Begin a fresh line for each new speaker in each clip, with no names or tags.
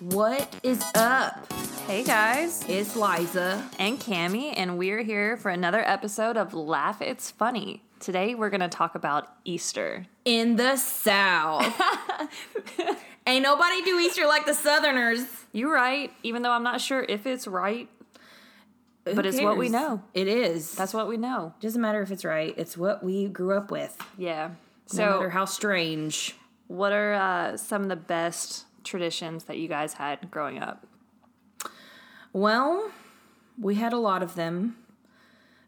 What is up?
Hey guys,
It's Liza.
and Cami, and we're here for another episode of Laugh It's Funny. Today we're gonna talk about Easter.
in the South. Ain't nobody do Easter like the Southerners.
You right, even though I'm not sure if it's right.
Who
But it's what we
cares?
know.
It is.
That's what we know.
doesn't matter if it's right. It's what we grew up with.
Yeah.
No matter
So,
how strange.
what are uh, some of the best traditions that you guys had growing up?
Well, we had a lot of them.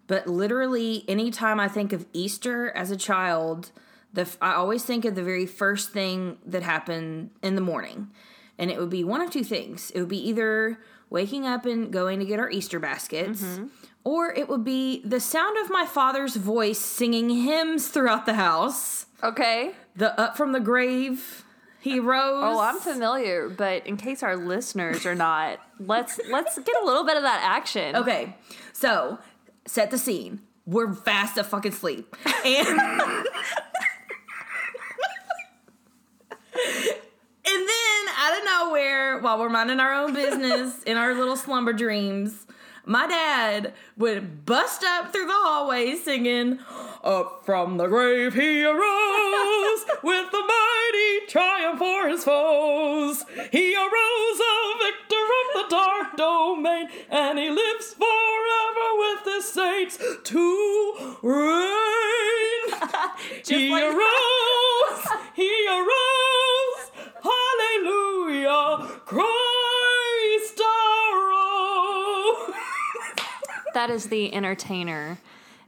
But literally, anytime I think of Easter as a child, the f- I always think of the very first thing that happened in the morning. And it would be one of two things it would be either waking up and going to get our Easter baskets,
Mm-hmm.
or it would be the sound of my father's voice singing hymns throughout the house.
Okay.
The up from the grave, he rose.
Oh, I'm familiar, but in case our listeners are not, let's let's get a little bit of that action.
Okay, so set the scene. We're fast to fucking sleep, and and then out of nowhere, while we're minding our own business in our little slumber dreams, my dad would bust up through the hallway singing, "Up from the grave he arose with the mighty triumph for his foes. He arose a victor from the dark domain, and he lives forever with the saints to reign." he
like
arose, he arose, hallelujah, Christ arose.
That is the entertainer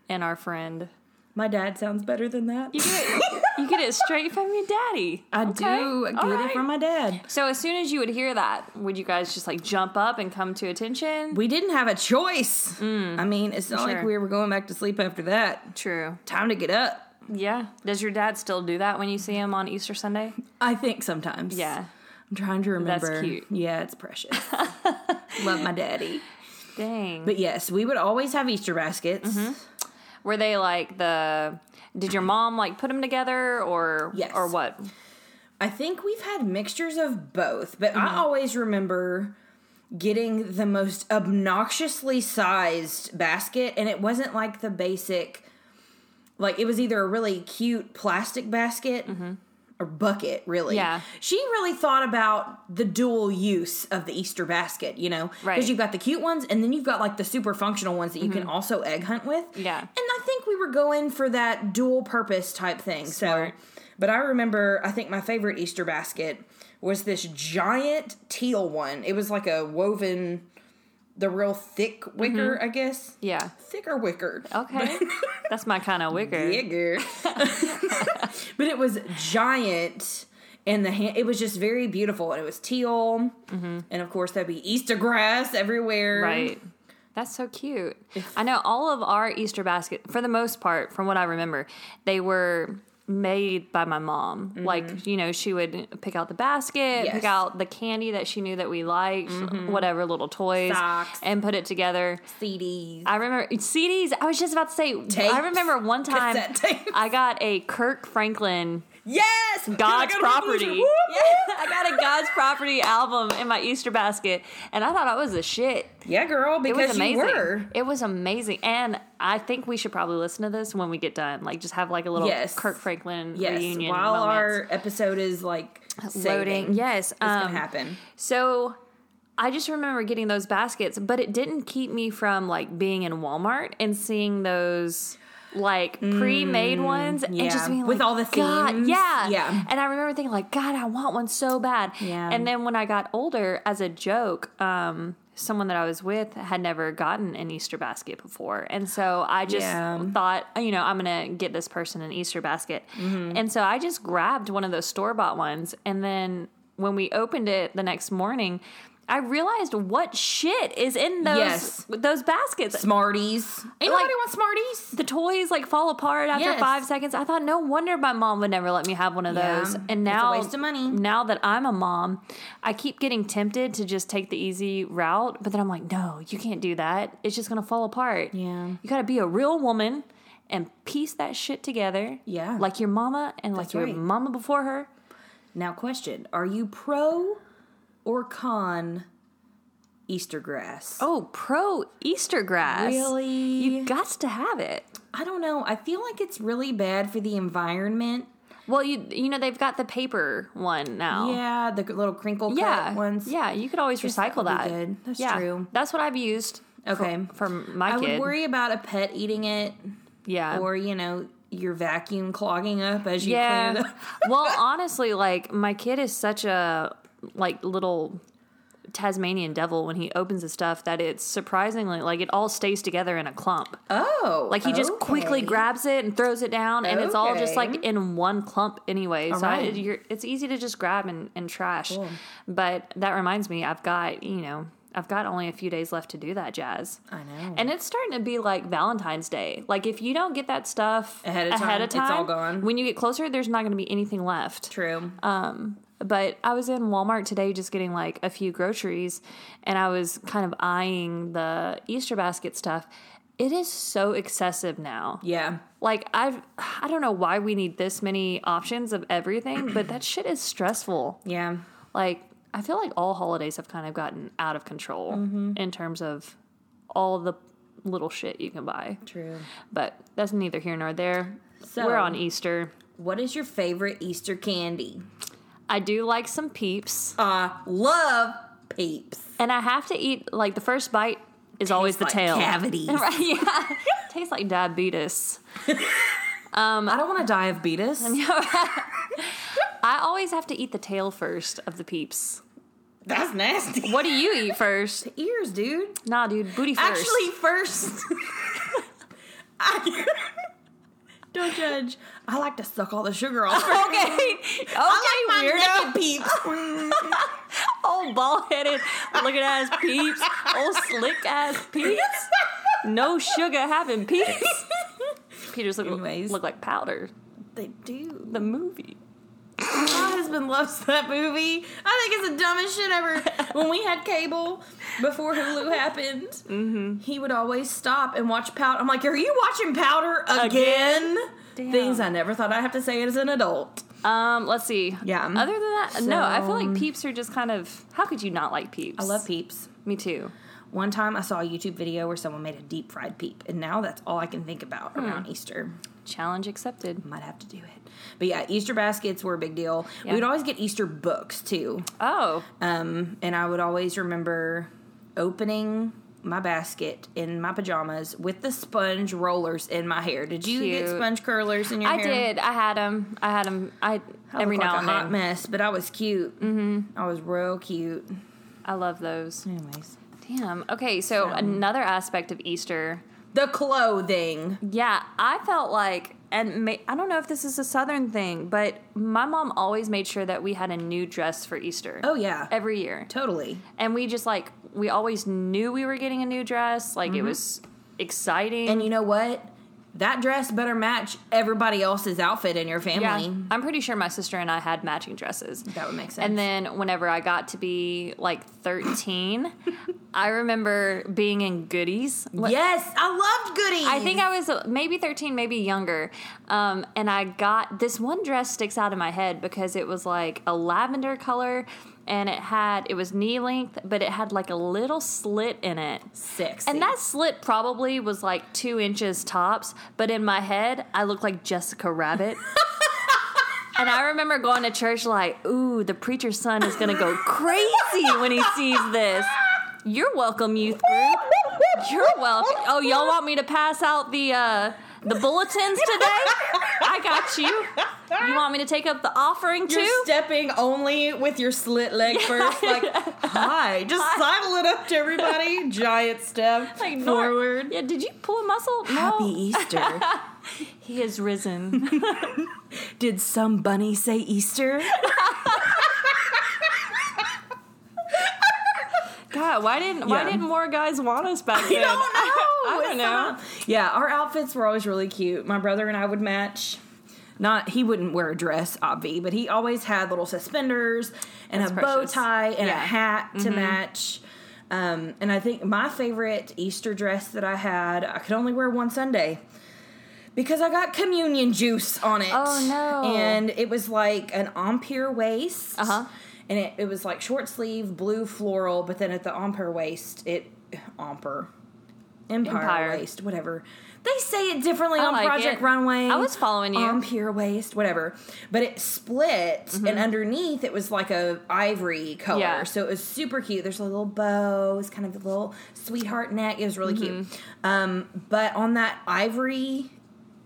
and our friend.
My dad sounds better than that.
You get it, you get it straight from your daddy.
I
Okay,
do I get
all
it
right.
from my dad.
So as soon as you would hear that, would you guys just like jump up and come to attention?
We didn't have a choice. I mean, it's not like
Sure.
we were going back to sleep after that.
True.
Time to get up.
Yeah. Does your dad still do that when you see him on Easter Sunday?
I think sometimes.
Yeah.
I'm trying to remember.
cute.
Yeah, it's precious. Love my daddy.
Dang.
But yes, we would always have Easter baskets.
Were they like the? Did your mom like put them together or
Yes.
or what?
I think we've had mixtures of both, but
Mm-hmm.
I always remember getting the most obnoxiously sized basket, and it wasn't like the basic, like it was either a really cute plastic basket. Or bucket, really.
Mm-hmm. Yeah.
She really thought about the dual use of the Easter basket, you know?
Right. Mm-hmm.
Because you've got the cute ones and then you've got like the super functional ones that you can also egg hunt with.
Yeah.
And I think we were going for that dual purpose type thing.
Smart.
So, but I remember, I think my favorite Easter basket was this giant teal one. It was like a woven, the real thick wicker, I guess.
Yeah.
Thicker wicker.
Mm-hmm. Okay. That's my kind of wicker.
Bigger. but it was giant. And the hand, it was just very beautiful, and it was teal, and of course there'd be Easter grass everywhere.
Mm-hmm. Right. That's so cute. I know all of our Easter basket, for the most part, from what I remember, they were made by my mom. Like, you know, she would pick out the basket,
Mm-hmm. Yes. Mm-hmm.
pick out the candy that she knew that we liked, whatever little toys,
Socks.
and put it together.
CDs.
I remember CDs. I was just about to say,
Tapes.
I remember one time
Cassette tapes.
I got a Kirk Franklin
yes, I
God's
got a
property.
revolution.
Yeah,
Woo!
I got a God's property album in my Easter basket, and I thought I was a shit.
Yeah, girl,
It was
because you
amazing.
were.
It was amazing, and I think we should probably listen to this when we get done. Like, just have like a little
Yes.
Kirk Franklin
Yes,
reunion
while
moments.
our episode is like saving,
loading. Yes,
it's
um,
gonna happen.
So I just remember getting those baskets, but it didn't keep me from like being in Walmart and seeing those like pre-made ones
Mm, yeah.
and just being like,
With all the
God,
themes.
yeah,
Yeah.
And I remember thinking like, God, I want one so bad.
Yeah.
And then when I got older, as a joke, um, someone that I was with had never gotten an Easter basket before, and so I just
Yeah.
thought, oh, you know, I'm gonna get this person an Easter basket.
Mm-hmm.
And so I just grabbed one of those store bought ones. And then when we opened it the next morning, I realized what shit is in those
Yes.
those baskets.
Smarties. Ain't
Like-
nobody want Smarties.
The toys like fall apart after
Yes.
five seconds. I thought, no wonder my mom would never let me have one of
Yeah. It's
those.
a
And now,
waste of money.
Now that I'm a mom, I keep getting tempted to just take the easy route, but then I'm like, no, you can't do that. It's just gonna fall apart.
Yeah.
you gotta be a real woman and piece that shit together.
Yeah.
like your mama and like your
right.
mama before her.
Now, question: Are you pro or con Easter grass?
Oh, pro Easter grass.
Really?
You got to have it.
I don't know. I feel like it's really bad for the environment.
Well, you you know they've got the paper one now.
Yeah, the little crinkle cut
Oh. Yeah.
ones.
Yeah, you could always
that
recycle
would be
that.
good. That's
Yeah.
true.
That's what I've used. for-
Okay.
For, my
I
kid.
would worry about a pet eating it
yeah.
or, you know, your vacuum clogging up as you clean
yeah.
it up.
well, honestly, like my kid is such a like little Tasmanian devil when he opens his stuff that it's surprisingly like it all stays together in a clump.
Oh.
Like he just quickly
okay.
grabs it and throws it down, and it's all just
Okay.
like in one clump anyway. so I,
right.
you're, it's easy to just grab and, and trash. But that reminds me, I've got you know, I've got only a few days left to do that jazz.
I know.
And it's starting to be like Valentine's Day. Like if you don't get that stuff
Ahead of time, it's all
time,
gone.
When you get closer, there's not going to be anything left.
True.
Um, but I was in Walmart today just getting like a few groceries and I was kind of eyeing the Easter basket stuff. It is so excessive now.
yeah.
Like I've I don't know why we need this many options of everything, but that shit is stressful.
Yeah.
Like I feel like all holidays have kind of gotten out of control
Mm-hmm.
in terms of all the little shit you can buy.
True.
But that's neither here nor there.
So-
We're on Easter.
What is your favorite Easter candy?
I do like some peeps.
I love peeps.
And I have to eat like the first bite is always the
like
tail.
cavities.
Right, yeah. Tastes like diabetes.
I don't want to die of beatus.
I always have to eat the tail first of the peeps.
That's nasty.
What do you eat first?
Ears, dude.
Nah, dude, booty first.
Actually, first. I, don't judge. I like to suck all the sugar off. first.
okay. Okay,
I like
weirdo.
my naked peeps.
Old bald headed, looking ass peeps. Old slick ass peeps. No sugar having peeps. Peter's look,
Anyways.
look like powder.
they do.
The movie.
My husband loves that movie. I think it's the dumbest shit ever. When we had cable before Hulu happened, he would always stop and watch Powder. I'm like, are you watching Powder again?
Damn.
Things I never thought I'd have to say as an adult.
Um, let's see.
Yeah.
Other than that, no, I feel
So-
like peeps are just kind of. How could you not like peeps?
I love peeps.
Me too.
One time I saw a YouTube video where someone made a deep fried peep, and now that's all I can think about around Easter.
Challenge accepted.
Might have to do it. But yeah, Easter baskets were a big deal.
Yeah.
We would always get Easter books too.
Oh,
Um, and I would always remember opening my basket in my pajamas with the sponge rollers in my hair. Did you get
Cute.
sponge curlers in your
I
hair?
did. I had them. I had them. I,
I
every
looked
now
like
and
a hot
then.
mess, but I was cute. Mm-hmm. I was real cute.
I love those.
Anyways,
Damn. Okay, so another aspect of Easter.
the clothing.
Yeah, I felt like, and ma- I don't know if this is a Southern thing, but my mom always made sure that we had a new dress for Easter.
Oh yeah,
Every year.
totally.
And we just like, we always knew we were getting a new dress. Like, it
Mm-hmm.
was exciting.
And you know what? That dress better match everybody else's outfit in your
Yeah,
family.
I'm pretty sure my sister and I had matching dresses.
That would make sense.
And then whenever I got to be like 13, I remember being in goodies. What-
yes, I loved goodies.
I think I was uh, maybe 13, maybe younger. Um, and I got this one dress sticks out in my head because it was like a lavender color and it had, it was knee length, but it had like a little slit in it.
sexy.
And that slit probably was like two inches tops, but in my head, I looked like Jessica Rabbit. and I remember going to church like, ooh, the preacher's son is gonna go crazy when he sees this. You're welcome, youth group. You're welcome. Oh, y'all want me to pass out the uh, the bulletins today? I got you. You want me to take up the offering too?
You're stepping only with your slit leg first. Like, hi. Just sidle it up to everybody. Giant step
Like, Nor-
forward.
Yeah, did you pull a muscle? No.
Happy Easter.
He is risen.
Did some bunny say Easter?
God, why didn't why
Yeah.
didn't more guys want us back then? I
don't know.
I
It's
don't know.
not- Yeah, our outfits were always really cute. My brother and I would match. Not he wouldn't wear a dress, obvi, but he always had little suspenders and
That's
a
precious.
bow tie and
Yeah. Mm-hmm.
a hat to match. Um, and I think my favorite Easter dress that I had, I could only wear one Sunday because I got communion juice on it.
Oh, no.
And it was like an ampere waist.
Uh-huh.
and it, it was like short sleeve, blue floral, but then at the omper waist, it omper. Empire,
Empire.
waist, whatever. They say it differently
I
on
like
Project
it.
Runway.
I was following you.
On Pure Waist, whatever. But it split, and underneath it was like a ivory color.
Mm-hmm. Yeah.
So it was super cute. There's a little bow. It's kind of a little sweetheart neck. It was really cute.
Mm-hmm.
Um, but on that ivory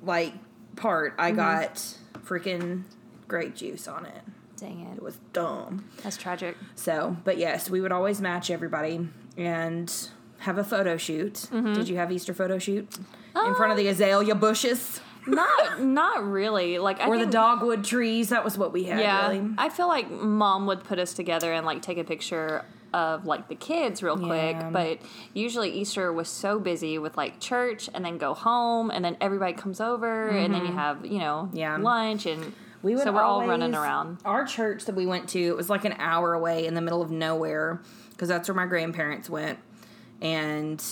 like part,
Mm-hmm.
I got freaking grape juice on it.
Dang
It
it.
was dumb.
That's tragic.
So, but yes, we would always match everybody and have a photo shoot. Did you have Easter photo shoot in front of the azalea bushes
Not not really. Like I
or the
think-
dogwood trees? That was what we had.
Yeah.
really.
I feel like mom would put us together and like take a picture of like the kids real quick,
Yeah.
but usually Easter was so busy with like church and then go home and then everybody comes over and then you have, you know,
Mm-hmm. Yeah.
lunch and
We would
so we're all running
always-
around.
Our church that we went to, it was like an hour away in the middle of nowhere because that's where my grandparents went. And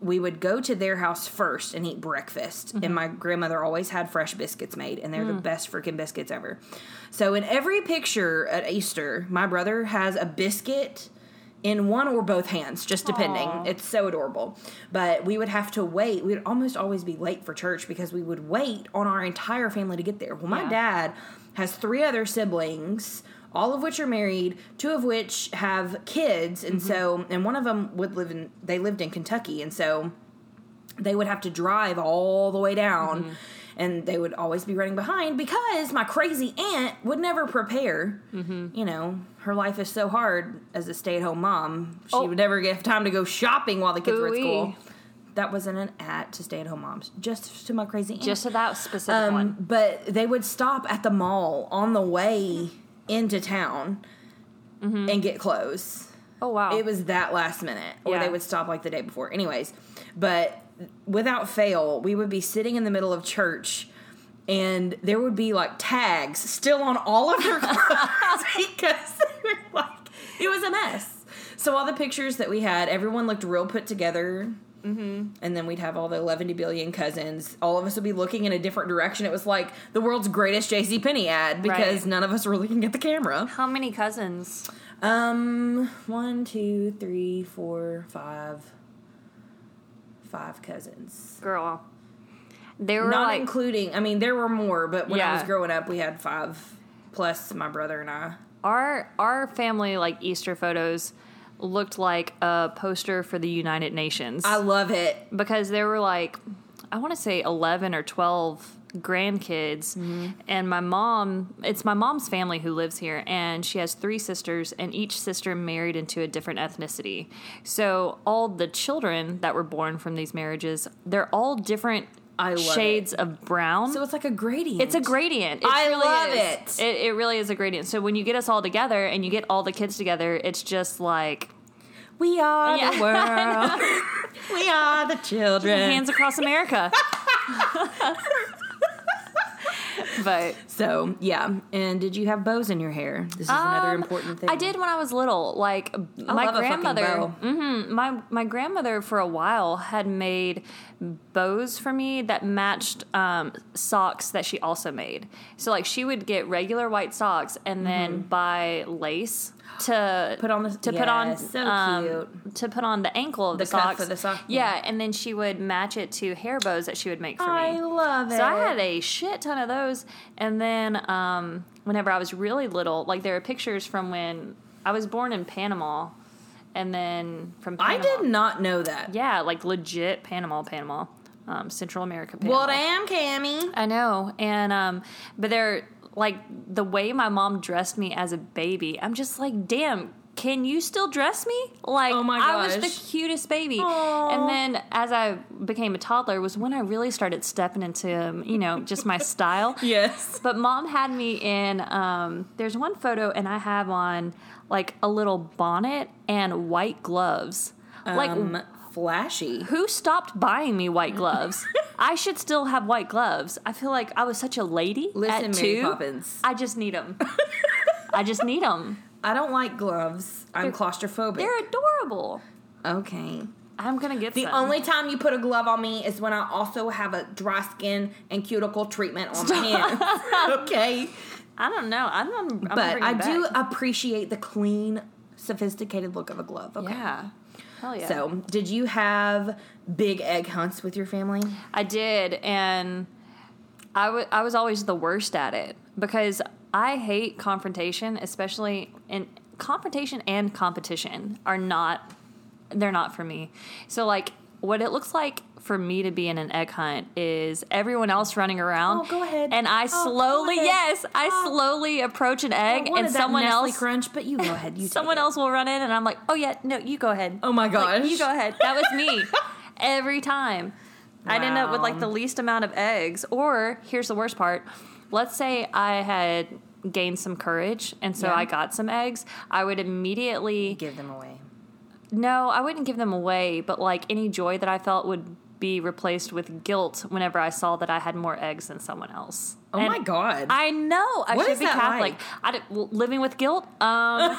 we would go to their house first and eat breakfast.
Mm-hmm.
And my grandmother always had fresh biscuits made, and they're
Mm.
the best freaking biscuits ever. So in every picture at Easter, my brother has a biscuit in one or both hands, just depending.
Aw.
It's so adorable. But we would have to wait. We'd almost always be late for church because we would wait on our entire family to get there. Well, my
Yeah.
dad has three other siblings, all of which are married, two of which have kids,
Mm-hmm.
and so and one of them would live in they lived in Kentucky, and so they would have to drive all the way down.
Mm-hmm.
And they would always be running behind because my crazy aunt would never prepare.
Mm-hmm.
You know, her life is so hard as a stay at home mom. She
Oh.
would never have time to go shopping while the kids were at
Ooey.
school. That wasn't an at to stay at home moms, just to my crazy aunt.
Just to that specific
Um,
one.
but they would stop at the mall on the way into town
Mm-hmm.
and get clothes.
Oh wow.
It was that last minute, or
Yeah.
they would stop like the day before. Anyways, but without fail, we would be sitting in the middle of church. And there would be like tags still on all of her clothes because they were like, it was a mess. So, all the pictures that we had, everyone looked real put together
Mm-hmm.
and then we'd have all the 11 billion cousins. All of us would be looking in a different direction. It was like the world's greatest JC Penney ad because
Right.
none of us were looking at the camera.
How many cousins?
Um, one, two, three, four, five, five cousins,
Girl. There were
not
like
including. I mean, there were more, but when I was
Yeah.
growing up, we had five plus my brother and I.
our our family like Easter photos looked like a poster for the United Nations.
I love it.
because there were like I want to say 11 or 12 grandkids
Mm-hmm.
and my mom it's my mom's family who lives here and she has three sisters and each sister married into a different ethnicity so all the children that were born from these marriages they're all different
I love it.
shades of brown
So it's like a gradient.
it's a gradient. It
I
really
love
is.
it.
it. It really is a gradient. So when you get us all together and you get all the kids together, it's just like
we are
Yeah.
the world. we are the children.
hands across America. but
So yeah, and did you have bows in your hair? This is another
Um,
important thing.
I did when I was little. Like my
love a fucking
grandmother,
bow.
hmm my my grandmother for a while had made bows for me that matched um, socks that she also made. So like she would get regular white socks and then buy lace to
Mm-hmm. Put on the-
to put on
yes, so
um,
cute.
to put on the ankle of the,
The cuff
socks
of the sock,
Yeah, and then she would match it to hair bows that she would make for me.
I love it.
So I had a shit ton of those. And then um, whenever I was really little, like there are pictures from when I was born in Panama and then from
I
Panama.
did not know that.
Yeah, like legit Panama, Panama, um, Central America, Panama.
Well, damn, Cammy.
I know. And, um, but they're like the way my mom dressed me as a baby, I'm just like, damn. Can you still dress me? Like
Oh my
I was
gosh.
the cutest baby.
Aw.
And then as I became a toddler was when I really started stepping into, um, you know, just my style.
Yes.
But mom had me in. Um, there's one photo, and I have on like a little bonnet and white gloves.
Um,
like,
flashy.
who stopped buying me white gloves? I should still have white gloves. I feel like I was such a lady.
Listen,
at
Mary
two.
Poppins.
I just need them. I just need them.
I don't like gloves. I'm claustrophobic.
They're adorable.
okay.
I'm gonna get
The
some.
only time you put a glove on me is when I also have a dry skin and cuticle treatment on my hand. okay.
I don't know. I'm, I'm gonna
But
bring
I
it
do
back.
appreciate the clean, sophisticated look of a glove. Okay.
Yeah. Hell yeah.
So, did you have big egg hunts with your family?
I did, and I wa- I was always the worst at it because I hate confrontation, especially in confrontation and competition are not they're not for me. So like what it looks like for me to be in an egg hunt is everyone else running around.
Oh, go ahead.
And I
Oh, go
slowly,
ahead.
yes, I
Oh.
slowly approach an egg,
I wanted
and
that
someone
Nestle
else,
crunch, but you go ahead. You take
someone
it.
else will run in, and I'm like, oh yeah, no, you go ahead.
Oh my gosh.
Like, you go ahead. That was me every time. I'd end up with like
Wow.
the least amount of eggs. Or here's the worst part. Let's say I had gained some courage and so
Yeah.
I got some eggs. I would immediately
Give them away.
no, I wouldn't give them away, but like any joy that I felt would be replaced with guilt whenever I saw that I had more eggs than someone else.
Oh my God.
I know. I
What
should
is
be
that
Catholic.
like?
I don't- well, living with guilt. Um,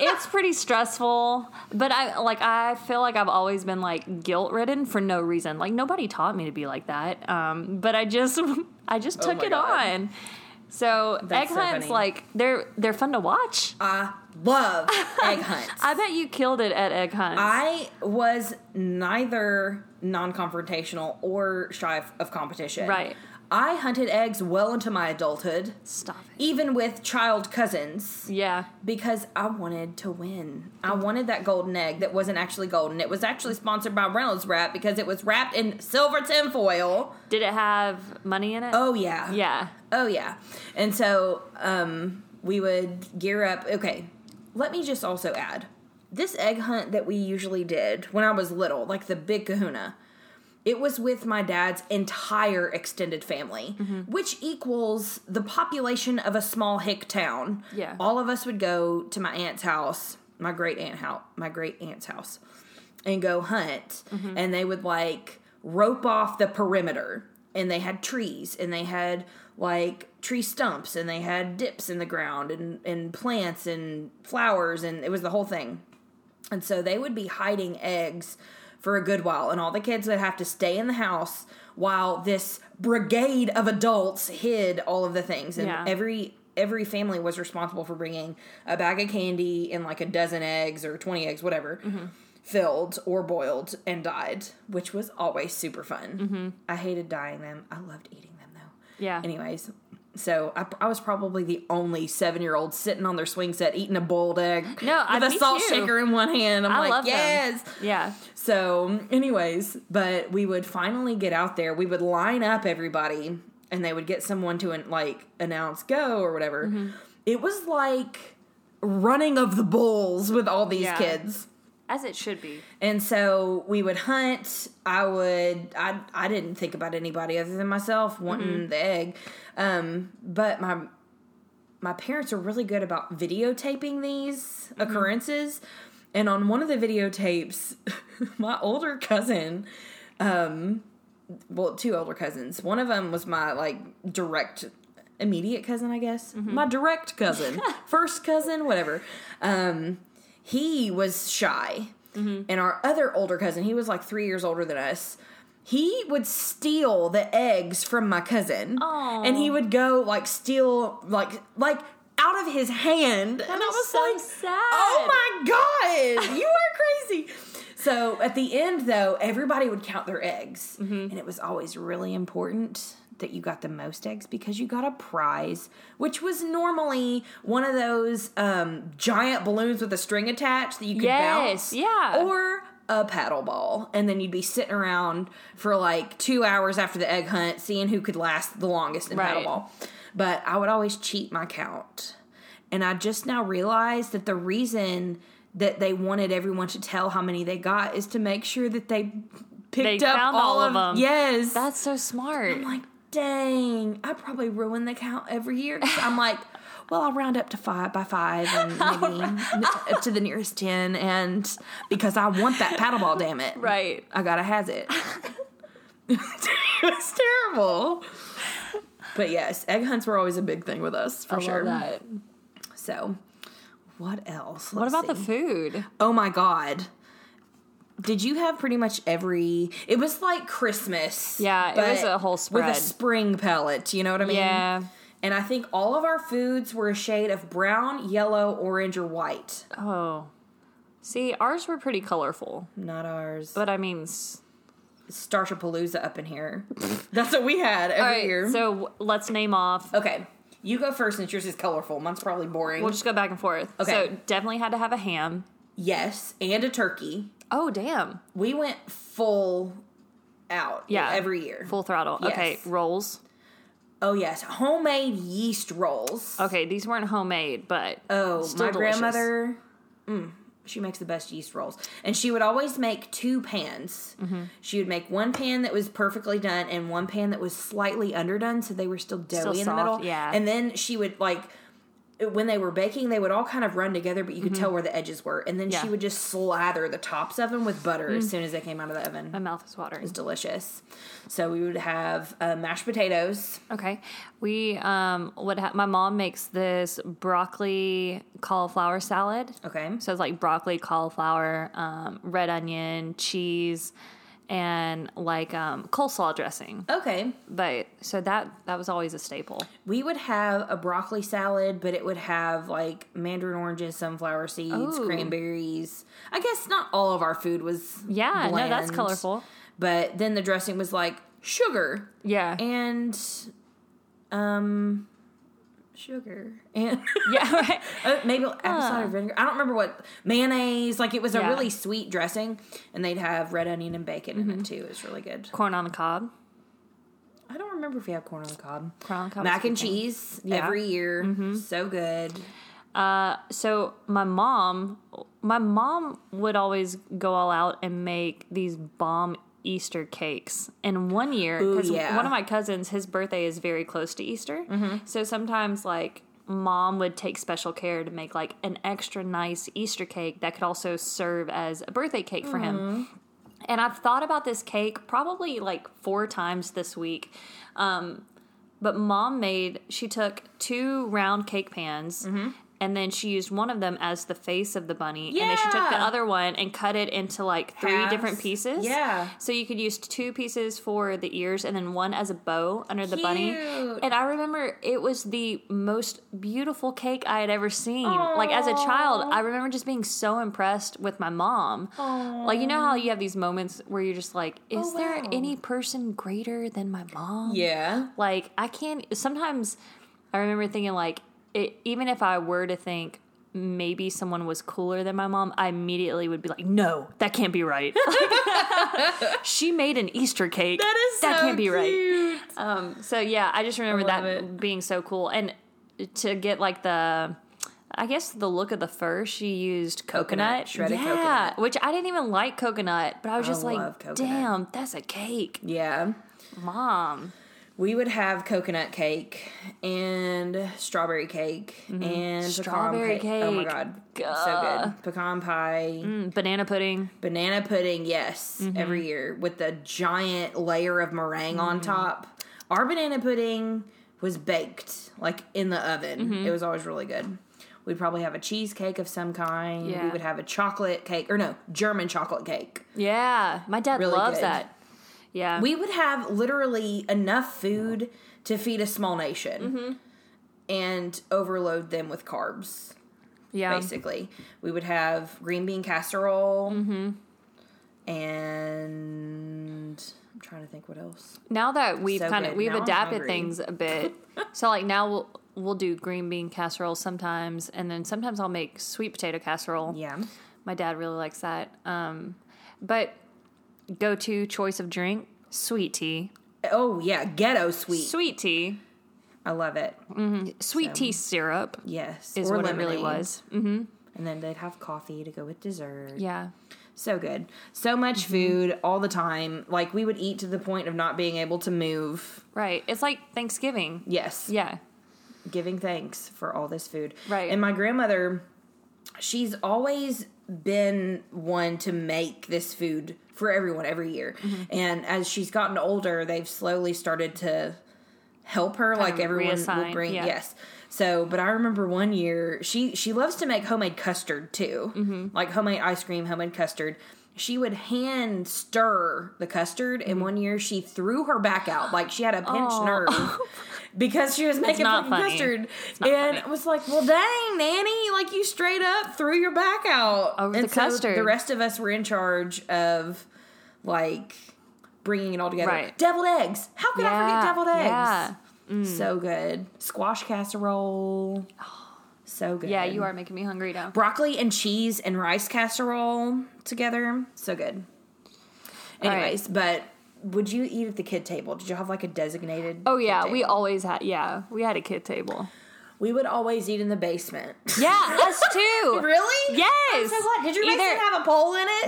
it's pretty stressful, but I like. I feel like I've always been like guilt ridden for no reason. Like nobody taught me to be like that. Um, but I just, I just
Oh
took
my
it
God.
on. So egg
That's so
hunts,
funny. Uh,
like they're they're fun to watch.
I love egg hunts.
I bet you killed it at egg hunts.
I was neither non-confrontational or shy of- of competition.
Right.
I hunted eggs well into my adulthood,
Stop it.
even with child cousins,
Yeah.
because I wanted to win. I wanted that golden egg that wasn't actually golden. It was actually sponsored by Reynolds Wrap because it was wrapped in silver tinfoil.
Did it have money in it?
Oh yeah.
Yeah.
Oh yeah. And so um we would gear up. Okay. Let me just also add. This egg hunt that we usually did when I was little, like the big kahuna, it was with my dad's entire extended family, which equals the population of a small hick town.
Yeah.
All of us would go to my aunt's house, my great aunt house, my great aunt's house, and go hunt. And they would like rope off the perimeter. And they had trees and they had like tree stumps and they had dips in the ground and, and plants and flowers and it was the whole thing. And so they would be hiding eggs for a good while, and all the kids would have to stay in the house while this brigade of adults hid all of the things. And
Yeah.
every every family was responsible for bringing a bag of candy and like a dozen eggs or twenty eggs, whatever, filled or boiled and dyed, which was always super fun. I hated dyeing them. I loved eating them though.
Yeah.
Anyways. So I, I was probably the only seven year old sitting on their swing set eating a boiled egg
No, I-
with a
me
salt
too.
shaker in one hand. I'm
I
like,
love them.
yes.
Yeah.
So, anyways, but we would finally get out there. We would line up everybody, and they would get someone to like announce go or whatever.
Mm-hmm.
It was like running of the bulls with all these
Yeah.
kids.
As it should be.
And so we would hunt. I would. I. I didn't think about anybody other than myself wanting the egg. Um, but my my parents are really good about videotaping these occurrences. And on one of the videotapes, my older cousin, um, well, two older cousins. One of them was my like direct immediate cousin, I guess.
Mm-hmm.
My direct cousin, first cousin, whatever. Um, he was shy.
Mm-hmm.
And our other older cousin, he was like three years older than us. He would steal the eggs from my cousin,
Aw.
and he would go like steal like like out of his hand, and I
is
was
so
like,
sad.
"Oh my god, you are crazy!" So at the end, though, everybody would count their eggs,
Mm-hmm.
and it was always really important that you got the most eggs because you got a prize, which was normally one of those um, giant balloons with a string attached that you could
Yes,
bounce,
yeah.
or a paddle ball, and then you'd be sitting around for like two hours after the egg hunt, seeing who could last the longest in paddle
Right.
ball. But I would always cheat my count, and I just now realized that the reason that they wanted everyone to tell how many they got is to make sure that they picked up
found
all,
all
of
of them.
Yes,
That's so smart.
I'm like, dang, I probably ruin the count every year. 'Cause I'm like, well, I'll round up to five by five and maybe up to the nearest 10. And because I want that paddle ball, damn it.
Right.
I gotta has it. it's terrible. But yes, egg hunts were always a big thing with us for
I
sure.
love that.
So, what else?
What about the food?
Oh my god. Did you have pretty much every it was like Christmas.
Yeah, it was
but
a whole
With
spread.
a spring pellet, you know what I mean?
Yeah.
And I think all of our foods were a shade of brown, yellow, orange, or white.
Oh. See, ours were pretty colorful,
Not ours.
but I mean, s-
Starshapalooza up in here. That's what we had every
all right.
year.
So w- let's name off.
okay, you go first since yours is colorful. Mine's probably boring.
We'll just go back and forth.
Okay.
So definitely had to have a ham.
yes, and a turkey.
Oh damn!
We went full out.
Yeah.
every year.
Full throttle. Okay.
Yes.
Rolls.
Oh yes, homemade yeast rolls.
Okay, these weren't homemade, but
Oh,
still
my
delicious.
grandmother, mm, she makes the best yeast rolls, and she would always make two pans.
Mm-hmm.
She would make one pan that was perfectly done and one pan that was slightly underdone, so they were still doughy in the
soft,
middle.
yeah.
and then she would like. When they were baking, they would all kind of run together, but you could tell where the edges were. And then
Mm-hmm. Yeah. Mm.
she would just slather the tops of them with butter as soon as they came out of the oven.
My mouth is watering.
It's delicious. So we would have uh, mashed potatoes.
Okay, we um would ha- my mom makes this broccoli cauliflower salad.
Okay.
So it's like broccoli, cauliflower, um, red onion, cheese, and like um, coleslaw dressing.
Okay.
But so that that was always a staple.
We would have a broccoli salad, but it would have like mandarin oranges, sunflower seeds,
Ooh.
cranberries. I guess not all of our food was
Yeah, no, that's
bland,
colorful.
But then the dressing was like sugar
Yeah,
and um sugar and
yeah, right.
uh, maybe apple cider vinegar. I don't remember what mayonnaise. Like it was a
Yeah.
really sweet dressing, and they'd have red onion and bacon in
Mm-hmm.
it too. It's really good.
corn on the cob.
I don't remember if we have corn on the cob.
Corn on the cob. is
Mac
a
and
good thing.
cheese
Yeah. Mm-hmm.
every year, so good.
Uh, so my mom, my mom would always go all out and make these bomb Easter cakes. And one year,
Ooh,
because
yeah. Mm-hmm.
one of my cousins, his birthday is very close to Easter, so sometimes like mom would take special care to make like an extra nice Easter cake that could also serve as a birthday cake for
Mm-hmm.
him. And I've thought about this cake probably like four times this week. Um, but mom made, she took two round cake pans
Mm-hmm.
and then she used one of them as the face of the bunny. And then she took the
Yeah.
other one and cut it into like three
Halves.
different pieces.
Yeah.
So you could use two pieces for the ears and then one as a bow under the bunny.
Cute.
And I remember it was the most beautiful cake I had ever seen. Like as a child, I remember just being so impressed with my mom. Like you know how you have these moments where you're just like, is there
Oh, wow.
any person greater than my mom?
Yeah.
Like I can't. Sometimes I remember thinking like, it, even if I were to think maybe someone was cooler than my mom, I immediately would be like, no, that can't be right. she made an Easter cake.
That is
that
so
can't be right.
cute.
Um, so yeah, I just remember
love
that
it.
being so cool, and to get like the, I guess the look of the fur, she used coconut,
Coconut, shredded
yeah,
coconut.
which I didn't even like coconut, but I was
I
just
love
like,
coconut.
damn, that's a cake,
Yeah.
mom.
We would have coconut cake and strawberry cake and pecan
Mm-hmm. Strawberry
cake. Oh my
cake.
god. So
Gah.
good. Pecan pie,
Mm, Mm-hmm. banana pudding,
banana pudding, yes, every year with the giant layer of meringue on
Mm-hmm.
top. Our banana pudding was baked like in the oven.
Mm-hmm.
It was always really good. We'd probably have a cheesecake of some kind. We
Yeah.
would have a chocolate cake or no, German chocolate cake.
yeah, my dad
Really
loves
good.
that. Yeah,
we would have literally enough food to feed a small nation
Mm-hmm.
and overload them with carbs
yeah,
basically we would have green bean casserole
Mm-hmm.
and i'm trying to think what else
now that we've
So
kind of
good.
we've
Now I'm
adapted
hungry.
things a bit so like now we'll we'll do green bean casserole sometimes and then sometimes i'll make sweet potato casserole
yeah
my dad really likes that um but go to choice of drink sweet tea
oh yeah ghetto sweet
sweet tea
i love it
sweet tea syrup
yes
is
or
what it really
lemonade.
was Mm-hmm.
and then they'd have coffee to go with dessert
yeah
So good. So much
Mm-hmm.
food all the time. Like we would eat to the point of not being able to move.
right it's like thanksgiving
Yes.
yeah
giving thanks for all this food.
Right.
And my grandmother, she's always been one to make this food for everyone every year.
Mm-hmm.
And as she's gotten older, they've slowly started to help her. like everyone
reassign,
will bring
yeah.
yes. So, but I remember one year she she loves to make homemade custard too,
Mm-hmm.
like homemade ice cream, homemade custard. She would hand stir the custard,
Mm-hmm.
and one year she threw her back out like she had a pinched
Oh.
nerve because she was making
not
fucking
funny.
custard.
not
and
funny.
I was like, "Well, dang, Nanny, like you straight up threw your back out
Over
And
the
so
custard.
The rest of us were in charge of like bringing it all together.
Right.
Deviled eggs. How could I forget
Yeah,
deviled eggs?
yeah. Mm.
So good. Squash casserole. So good.
Yeah, you are making me hungry now.
Broccoli and cheese and rice casserole together. So good.
All right.
Anyways, but would you eat at the kid table? Did you have like a designated?
Oh
kid
yeah, we
table?
always had. Yeah, we had a kid table.
we would always eat in the basement.
Yeah, us too.
really?
Yes.
So what? Did your
Either-
basement have a pole in it?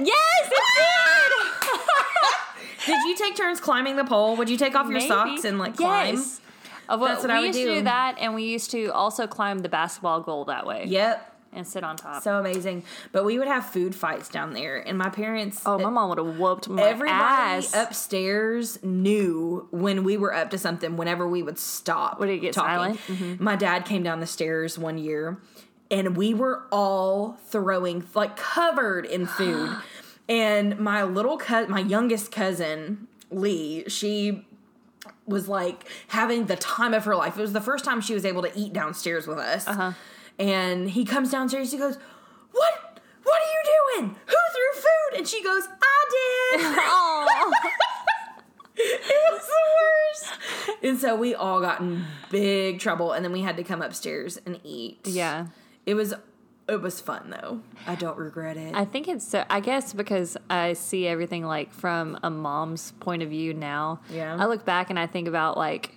Yes, it did.
Did you take turns climbing the pole? Would you take off your
Maybe.
socks and like climb?
Yes. Of what,
That's what
we
I would
used to
do.
do that, and we used to also climb the basketball goal that way
Yep.
and sit on top.
So amazing. But we would have food fights down there, and my parents. e-
oh, my mom would have whooped my
Everybody
ass.
upstairs knew when we were up to something. Whenever we would stop,
Would it get silent? Mm-hmm.
My dad came down the stairs one year, and we were all throwing like covered in food. and my little cousin, my youngest cousin Lee, she was like having the time of her life. It was the first time she was able to eat downstairs with us. And he comes downstairs. He goes, "What? What are you doing? Who threw food?" And she goes, "I did."
Aw.
it was the worst. And so we all got in big trouble, and then we had to come upstairs and eat.
yeah.
it was. It was fun though. I don't regret it.
I think it's so. I guess because I see everything like from a mom's point of view now.
Yeah.
I look back and I think about like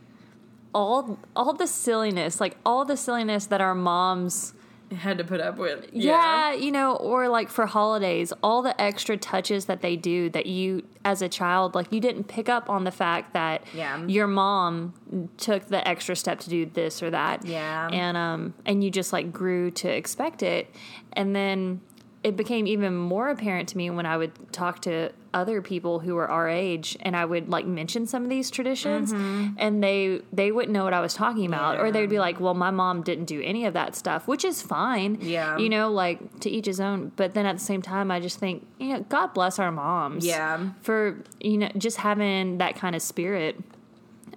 all all the silliness, like all the silliness that our moms.
had to put up with.
Yeah. you know, or like for holidays, all the extra touches that they do that you as a child like you didn't pick up on the fact that
Yeah.
your mom took the extra step to do this or that.
Yeah.
And um and you just like grew to expect it and then it became even more apparent to me when I would talk to other people who were our age and I would like mention some of these traditions
Mm-hmm.
and they they wouldn't know what I was talking about or they would be like, "Well, my mom didn't do any of that stuff," which is fine.
Yeah.
You know, like to each his own. But then at the same time, I just think, you know, God bless our moms.
Yeah.
For, you know, just having that kind of spirit.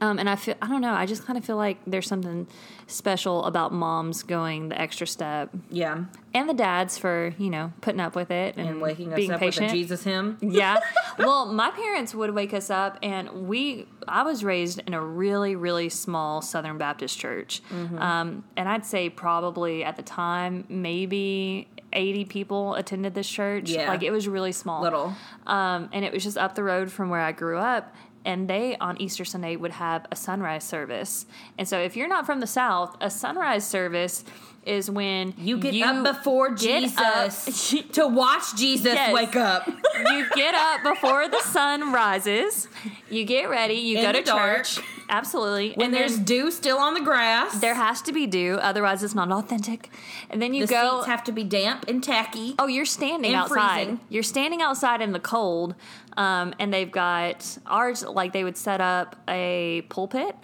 Um, and I feel, I don't know, I just kind of feel like there's something special about moms going the extra step
yeah.
and the dads for, you know, putting up with it and,
And waking us
being
up
patient.
with a Jesus hymn.
Yeah. well, my parents would wake us up, and we, I was raised in a really, really small Southern Baptist church.
Mm-hmm.
Um, and I'd say probably at the time, maybe 80 people attended this church.
Yeah.
Like it was really small.
Little.
Um, and it was just up the road from where I grew up. And they on Easter Sunday would have a sunrise service. And so if you're not from the South, a sunrise service is when
You get up before
get up-
Jesus to watch Jesus
Yes.
wake up.
you get up before the sun rises. You get ready. You
In
go
the
to
dark.
church. Absolutely.
When
and
there's
then
dew still on the grass.
there has to be dew, otherwise it's not authentic. And then you
the
go.
seats have to be damp and tacky.
oh, you're standing
And
outside.
freezing.
You're standing outside in the cold, um, and they've got ours. Like they would set up a pulpit,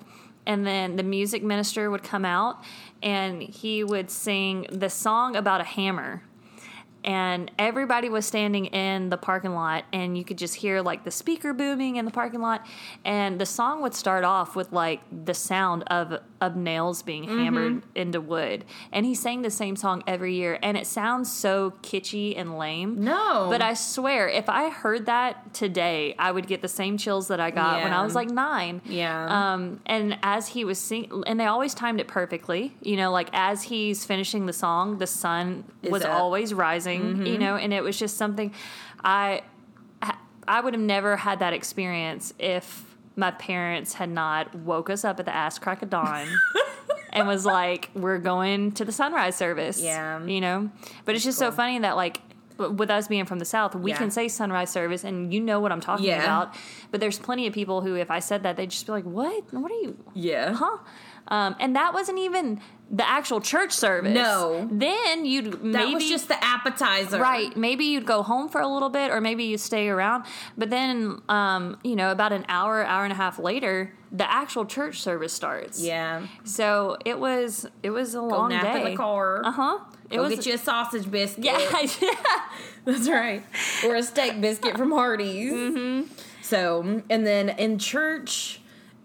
and then the music minister would come out, and he would sing the song about a hammer and everybody was standing in the parking lot and you could just hear like the speaker booming in the parking lot and the song would start off with like the sound of of nails being hammered into wood and he sang the same song every year and it sounds so kitschy and lame
No.
but i swear if i heard that today i would get the same chills that i got when i
Yeah.
was like nine
Yeah.
um, and as he was sing, and they always timed it perfectly. You know, like as he's finishing the song, the sun was
up. Mm-hmm.
always rising. You know, and it was just something I I would have never had that experience if my parents had not woke us up at the ass crack of dawn. And was like, we're going to the sunrise service.
Yeah.
You know? But it's just so funny that, like, w- with us being from the South, we
Yeah.
can say sunrise service and you know what I'm talking
Yeah.
about. But there's plenty of people who, if I said that, they'd just be like, "What? What are you?
yeah.
Huh?" Um, and that wasn't even the actual church service.
No.
Then you'd maybe
That was just the appetizer.
Right. Maybe you'd go home for a little bit, or maybe you stay around. But then, um, you know, about an hour, hour and a half later, the actual church service starts.
Yeah.
So it was it was a
Go
long
nap
day.
in the car.
Uh huh. It
Go
was
get you a sausage biscuit.
yeah yeah.
That's right. Or a steak biscuit from Hardee's. So, and then in church,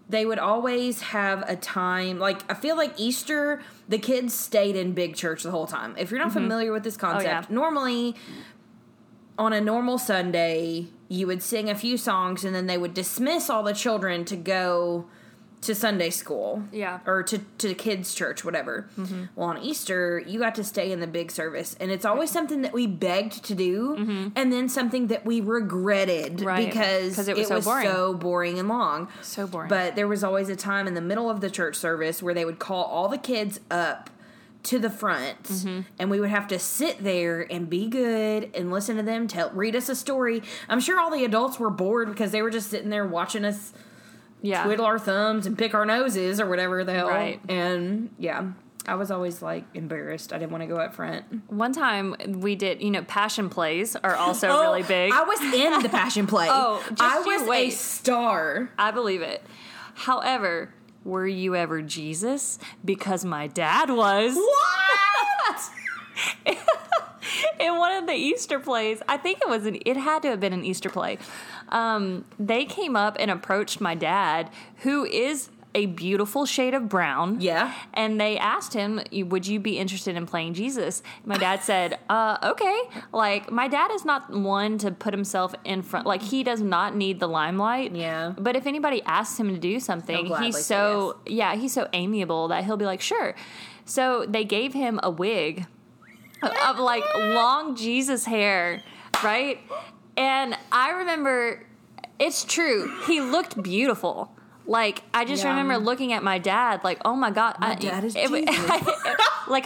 they would always have a time. Like, I feel like Easter, the kids stayed in big church the whole time. If you're not familiar with this concept,
yeah.
normally on a normal Sunday, you would sing a few songs and then they would dismiss all the children to go to Sunday school.
Yeah. Mm-hmm.
Or to, to kids' church, whatever. Well, on Easter, you got to stay in the big service. And it's always something that we begged to do and then something that we regretted
Mm-hmm. Right.
because
'Cause
it was, so, boring. and long.
So boring.
But there was always a time in the middle of the church service where they would call all the kids up to the front
Mm-hmm.
and we would have to sit there and be good and listen to them tell read us a story. I'm sure all the adults were bored because they were just sitting there watching us
yeah.
twiddle our thumbs and pick our noses or whatever the hell.
Right.
And yeah, I was always like embarrassed. I didn't want to go up front.
One time we did, you know, passion plays are also really big.
Oh, I was in the passion play.
Oh, just
I
you
was a
wait.
star.
I believe it. However, were you ever Jesus? Because my dad was.
What?
in one of the Easter plays. I think it was an. It had to have been an Easter play. Um, they came up and approached my dad, who is a beautiful shade of brown.
Yeah.
And they asked him, "Would you be interested in playing Jesus?" My dad said, uh, "Okay." Like my dad is not one to put himself in front. Like he does not need the limelight.
Yeah.
But if anybody asks him to do something,
He'll gladly
he's
say
so yeah, he's so amiable that he'll be like, "Sure." So they gave him a wig of like long Jesus hair, right? And I remember it's true. He looked beautiful. Like I just
Yeah.
remember looking at my dad, like, oh my god, my
dad is
like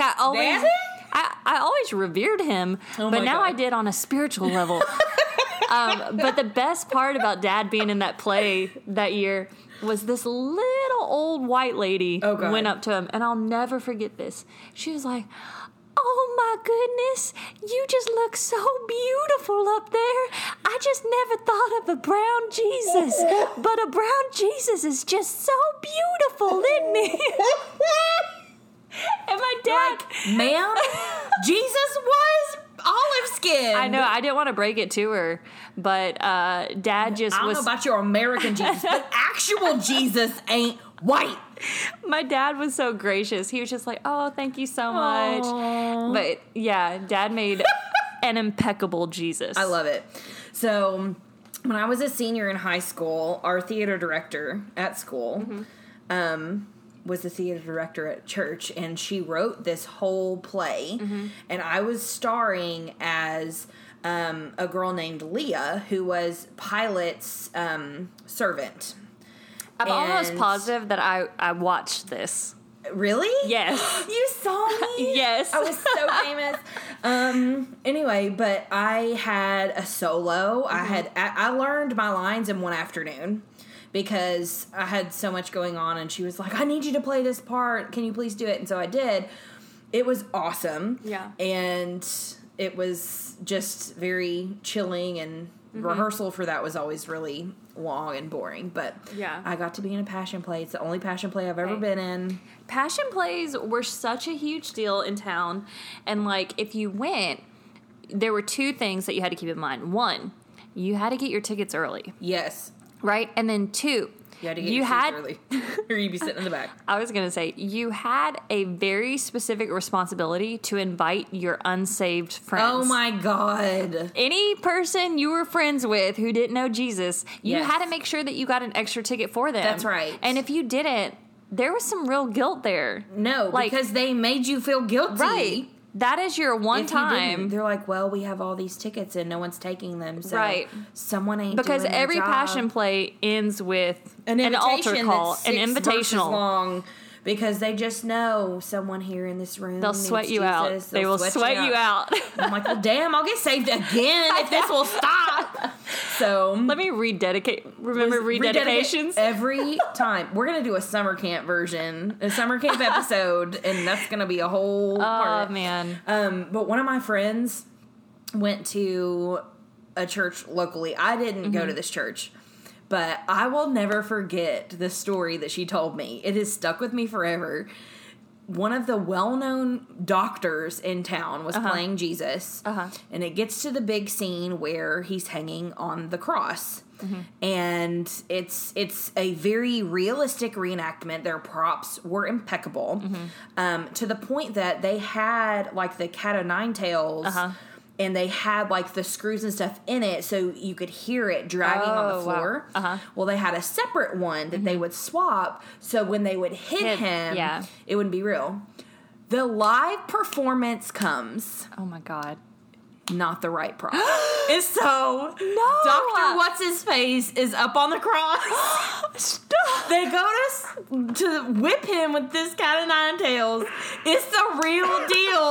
I always,
Daddy?
I, I always revered him,
Oh
but
my
now
God.
I did on a spiritual level. um, but the best part about dad being in that play that year was this little old white lady
Oh, God.
went up to him, and I'll never forget this. She was like. Oh my goodness, you just look so beautiful up there. I just never thought of a brown Jesus, but a brown Jesus is just so beautiful, isn't he? and my dad.
Ma'am, Jesus was olive skin.
I know, I didn't want to break it to her, but uh, dad just
I don't
was.
know about your American Jesus, but actual Jesus ain't white.
my dad was so gracious. He was just like, oh, thank you so much.
Aw.
But yeah, dad made an impeccable Jesus.
I love it. So, when I was a senior in high school, our theater director at school um, was the theater director at church, and she wrote this whole play. And I was starring as um, a girl named Leah, who was Pilate's um, servant.
I'm almost
and-
positive that I, I watched this.
Really?
Yes.
You saw me?
Yes.
I was so famous. Um. Anyway, but I had a solo. I
Mm-hmm.
had I, I learned my lines in one afternoon because I had so much going on, and she was like, "I need you to play this part. Can you please do it?" And so I did. It was awesome.
Yeah.
And it was just very chilling and.
Mm-hmm.
Rehearsal for that was always really long and boring, but
Yeah.
I got to be in a passion play. It's the only passion play I've ever
Right.
been in.
passion plays were such a huge deal in town and like if you went there were two things that you had to keep in mind one you had to get your tickets early
Yes,
right and then two
You had to get your shoes early, or you'd be sitting in the back.
i was going to say you had a very specific responsibility to invite your unsaved friends
Oh my god!
any person you were friends with who didn't know Jesus, you
Yes.
had to make sure that you got an extra ticket for them.
That's right.
And if you didn't, there was some real guilt there.
No,
Like-
because they made you feel guilty,
Right. That is your one
If you didn't,
time.
they're like, "Well, we have all these tickets and no one's taking them, so
Right.
someone ain't
because
doing their
every
job.
passion play ends with an,
an, invitation
altar call,
that's
an
six verses
invitational.
long." Because they just know someone here in this room.
They'll
needs
sweat you out.
Jesus.
They will sweat you out.
I'm like, well, damn, I'll get saved again if this will stop. So
Let me rededicate. Remember rededications?
rededicate every time. We're gonna do a summer camp version, a summer camp episode, and that's gonna be a whole
Oh
part.
man.
Um, but one of my friends went to a church locally. I didn't go to
Mm-hmm.
this church, but I will never forget the story that she told me. It has stuck with me forever. One of the well known doctors in town was playing Jesus,
Uh-huh.
and it gets to the big scene where he's hanging on the cross.
Mm-hmm.
And it's it's a very realistic reenactment. Their props were impeccable,
Mm-hmm.
um, to the point that they had like the cat o' nine tails,
Uh-huh.
and they had like the screws and stuff in it, so you could hear it dragging on the
Oh, wow.
floor.
Uh-huh. Mm-hmm.
Well, they had a separate one that they would swap, so when they would hit
Hit-
him,
yeah.
it wouldn't be real. The live performance comes
Oh my god.
not the right prop. and so,
No.
Dr. What's His Face is up on the cross.
Stop.
they go to, s- to whip him with this cat of nine tails. It's the real deal.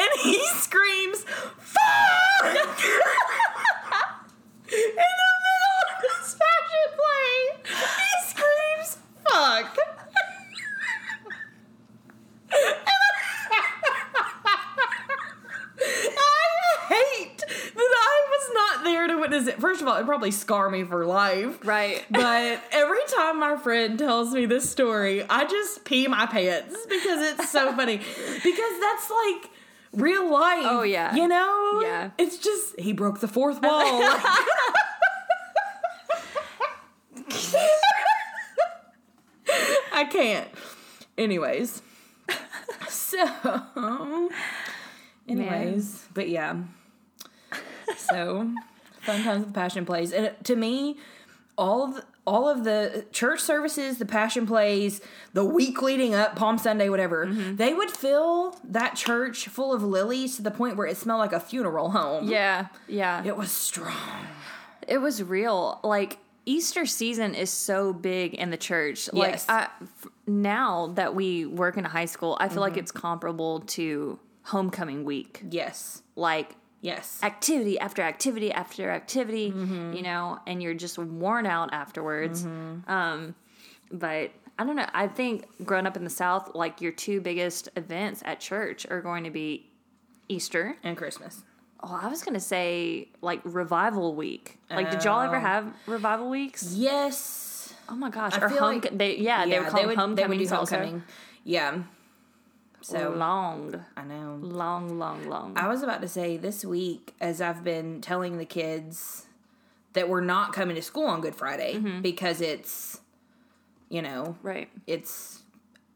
And he screams, Fuck! In the middle of this fashion play, he screams, Fuck! I hate that I was not there to witness it. First of all, it probably scar me for life.
Right.
But every time my friend tells me this story, I just pee my pants because it's so funny. Because that's like real life.
Oh, yeah.
You know?
Yeah.
It's just he broke the fourth wall. Like, I can't. Anyways. So anyways. But yeah. So fun times with passion plays. And it- to me, all of all of the church services, the passion plays, the week leading up, Palm Sunday, whatever,
Mm-hmm.
they would fill that church full of lilies to the point where it smelled like a funeral home.
Yeah. Yeah.
It was strong.
It was real. Like Easter season is so big in the church. Like
Yes.
I, f- now that we work in a high school, I feel like it's comparable to homecoming week.
Yes.
Like
Yes.
activity after activity after activity, you know, and you're just worn out afterwards. Um, but I don't know. I think growing up in the South, like your two biggest events at church are going to be Easter.
and Christmas.
Oh, I was going to say like revival week. Like, did y'all ever
Oh.
have revival weeks?
Yes.
Oh my gosh!
I
or
feel
home,
like-
they yeah, Uh, they would call them homecoming.
Yeah. So
long,
I know.
long, long, long.
I was about to say this week, as I've been telling the kids that we're not coming to school on Good Friday
Mm-hmm.
because it's, you know,
right?
it's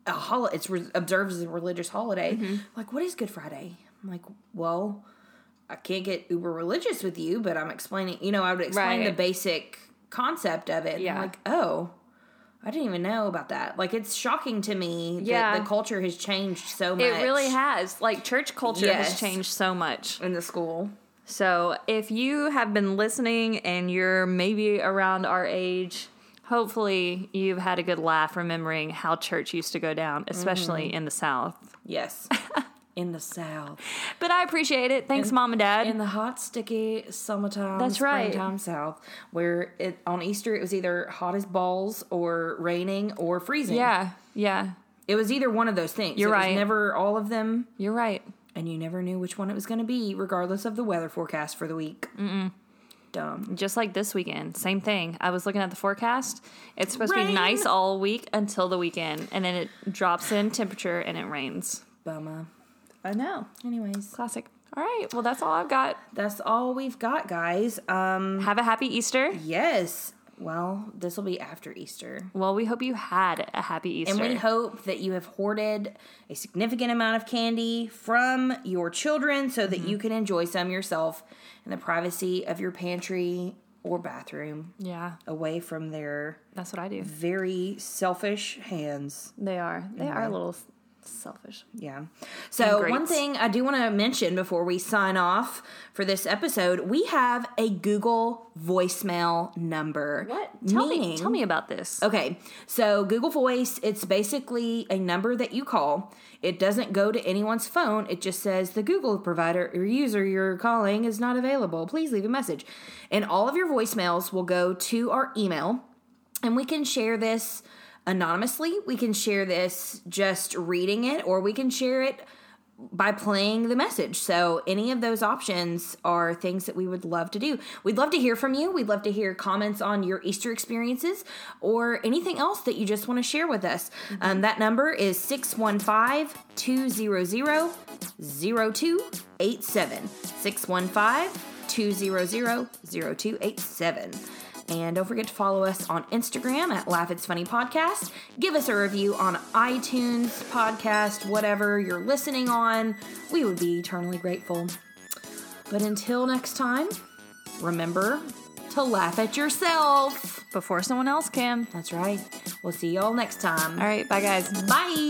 a hol- it's re- observed as a religious holiday.
Mm-hmm.
Like, what is Good Friday? I'm like, well, I can't get uber religious with you, but I'm explaining. You know, I would explain the
Right.
basic concept of it. And
Yeah.
I'm like, oh. I didn't even know about that. Like, it's shocking to me
Yeah.
that the culture has changed so much.
It really has. Like church culture has
Yes.
changed so much.
in the school.
So if you have been listening and you're maybe around our age, hopefully you've had a good laugh remembering how church used to go down, especially
Mm-hmm.
in the South.
Yes. in the south.
But I appreciate it. Thanks, mom and dad.
In the hot, sticky summertime.
That's right.
Springtime south, where it on Easter it was either hot as balls or raining or freezing.
yeah, yeah,
It was either one of those things.
You're
It was
right.
never all of them,
you're right.
and you never knew which one it was going to be, regardless of the weather forecast for the week. Mm-mm. Dumb.
Just like this weekend, same thing. I was looking at the forecast. It's supposed to be
Rain.
nice all week until the weekend, and then it drops in temperature and it rains.
Bummer.
I know.
Anyways,
Classic. All right. Well, that's all I've got.
that's all we've got, guys. Um,
Have a happy Easter.
yes. Well, this will be after Easter.
Well, we hope you had a happy Easter.
And we hope that you have hoarded a significant amount of candy from your children so that you
Mm-hmm.
can enjoy some yourself in the privacy of your pantry or bathroom,
yeah,
away from their
that's what I do.
very selfish hands.
They are. They are little Selfish.
Yeah. So,
And
one
greats.
thing I do want to mention before we sign off for this episode, we have a Google voicemail number.
What? Tell me.
Meaning-
Tell me about this.
Okay, so Google Voice, it's basically a number that you call. It doesn't go to anyone's phone. It just says the Google provider or user you're calling is not available. Please leave a message. And all of your voicemails will go to our email, and we can share this anonymously. We can share this just reading it, or we can share it by playing the message. So, any of those options are things that we would love to do. We'd love to hear from you. We'd love to hear comments on your Easter experiences or anything else that you just want to share with us. Um, that number is 615 200 0287. 615 200 0287. And don't forget to follow us on Instagram at Laugh It's Funny Podcast. Give us a review on iTunes, podcast, whatever you're listening on. We would be eternally grateful. But until next time, remember to laugh at yourself.
Before someone else can.
That's right. We'll see y'all next time.
All right. Bye, guys.
Bye.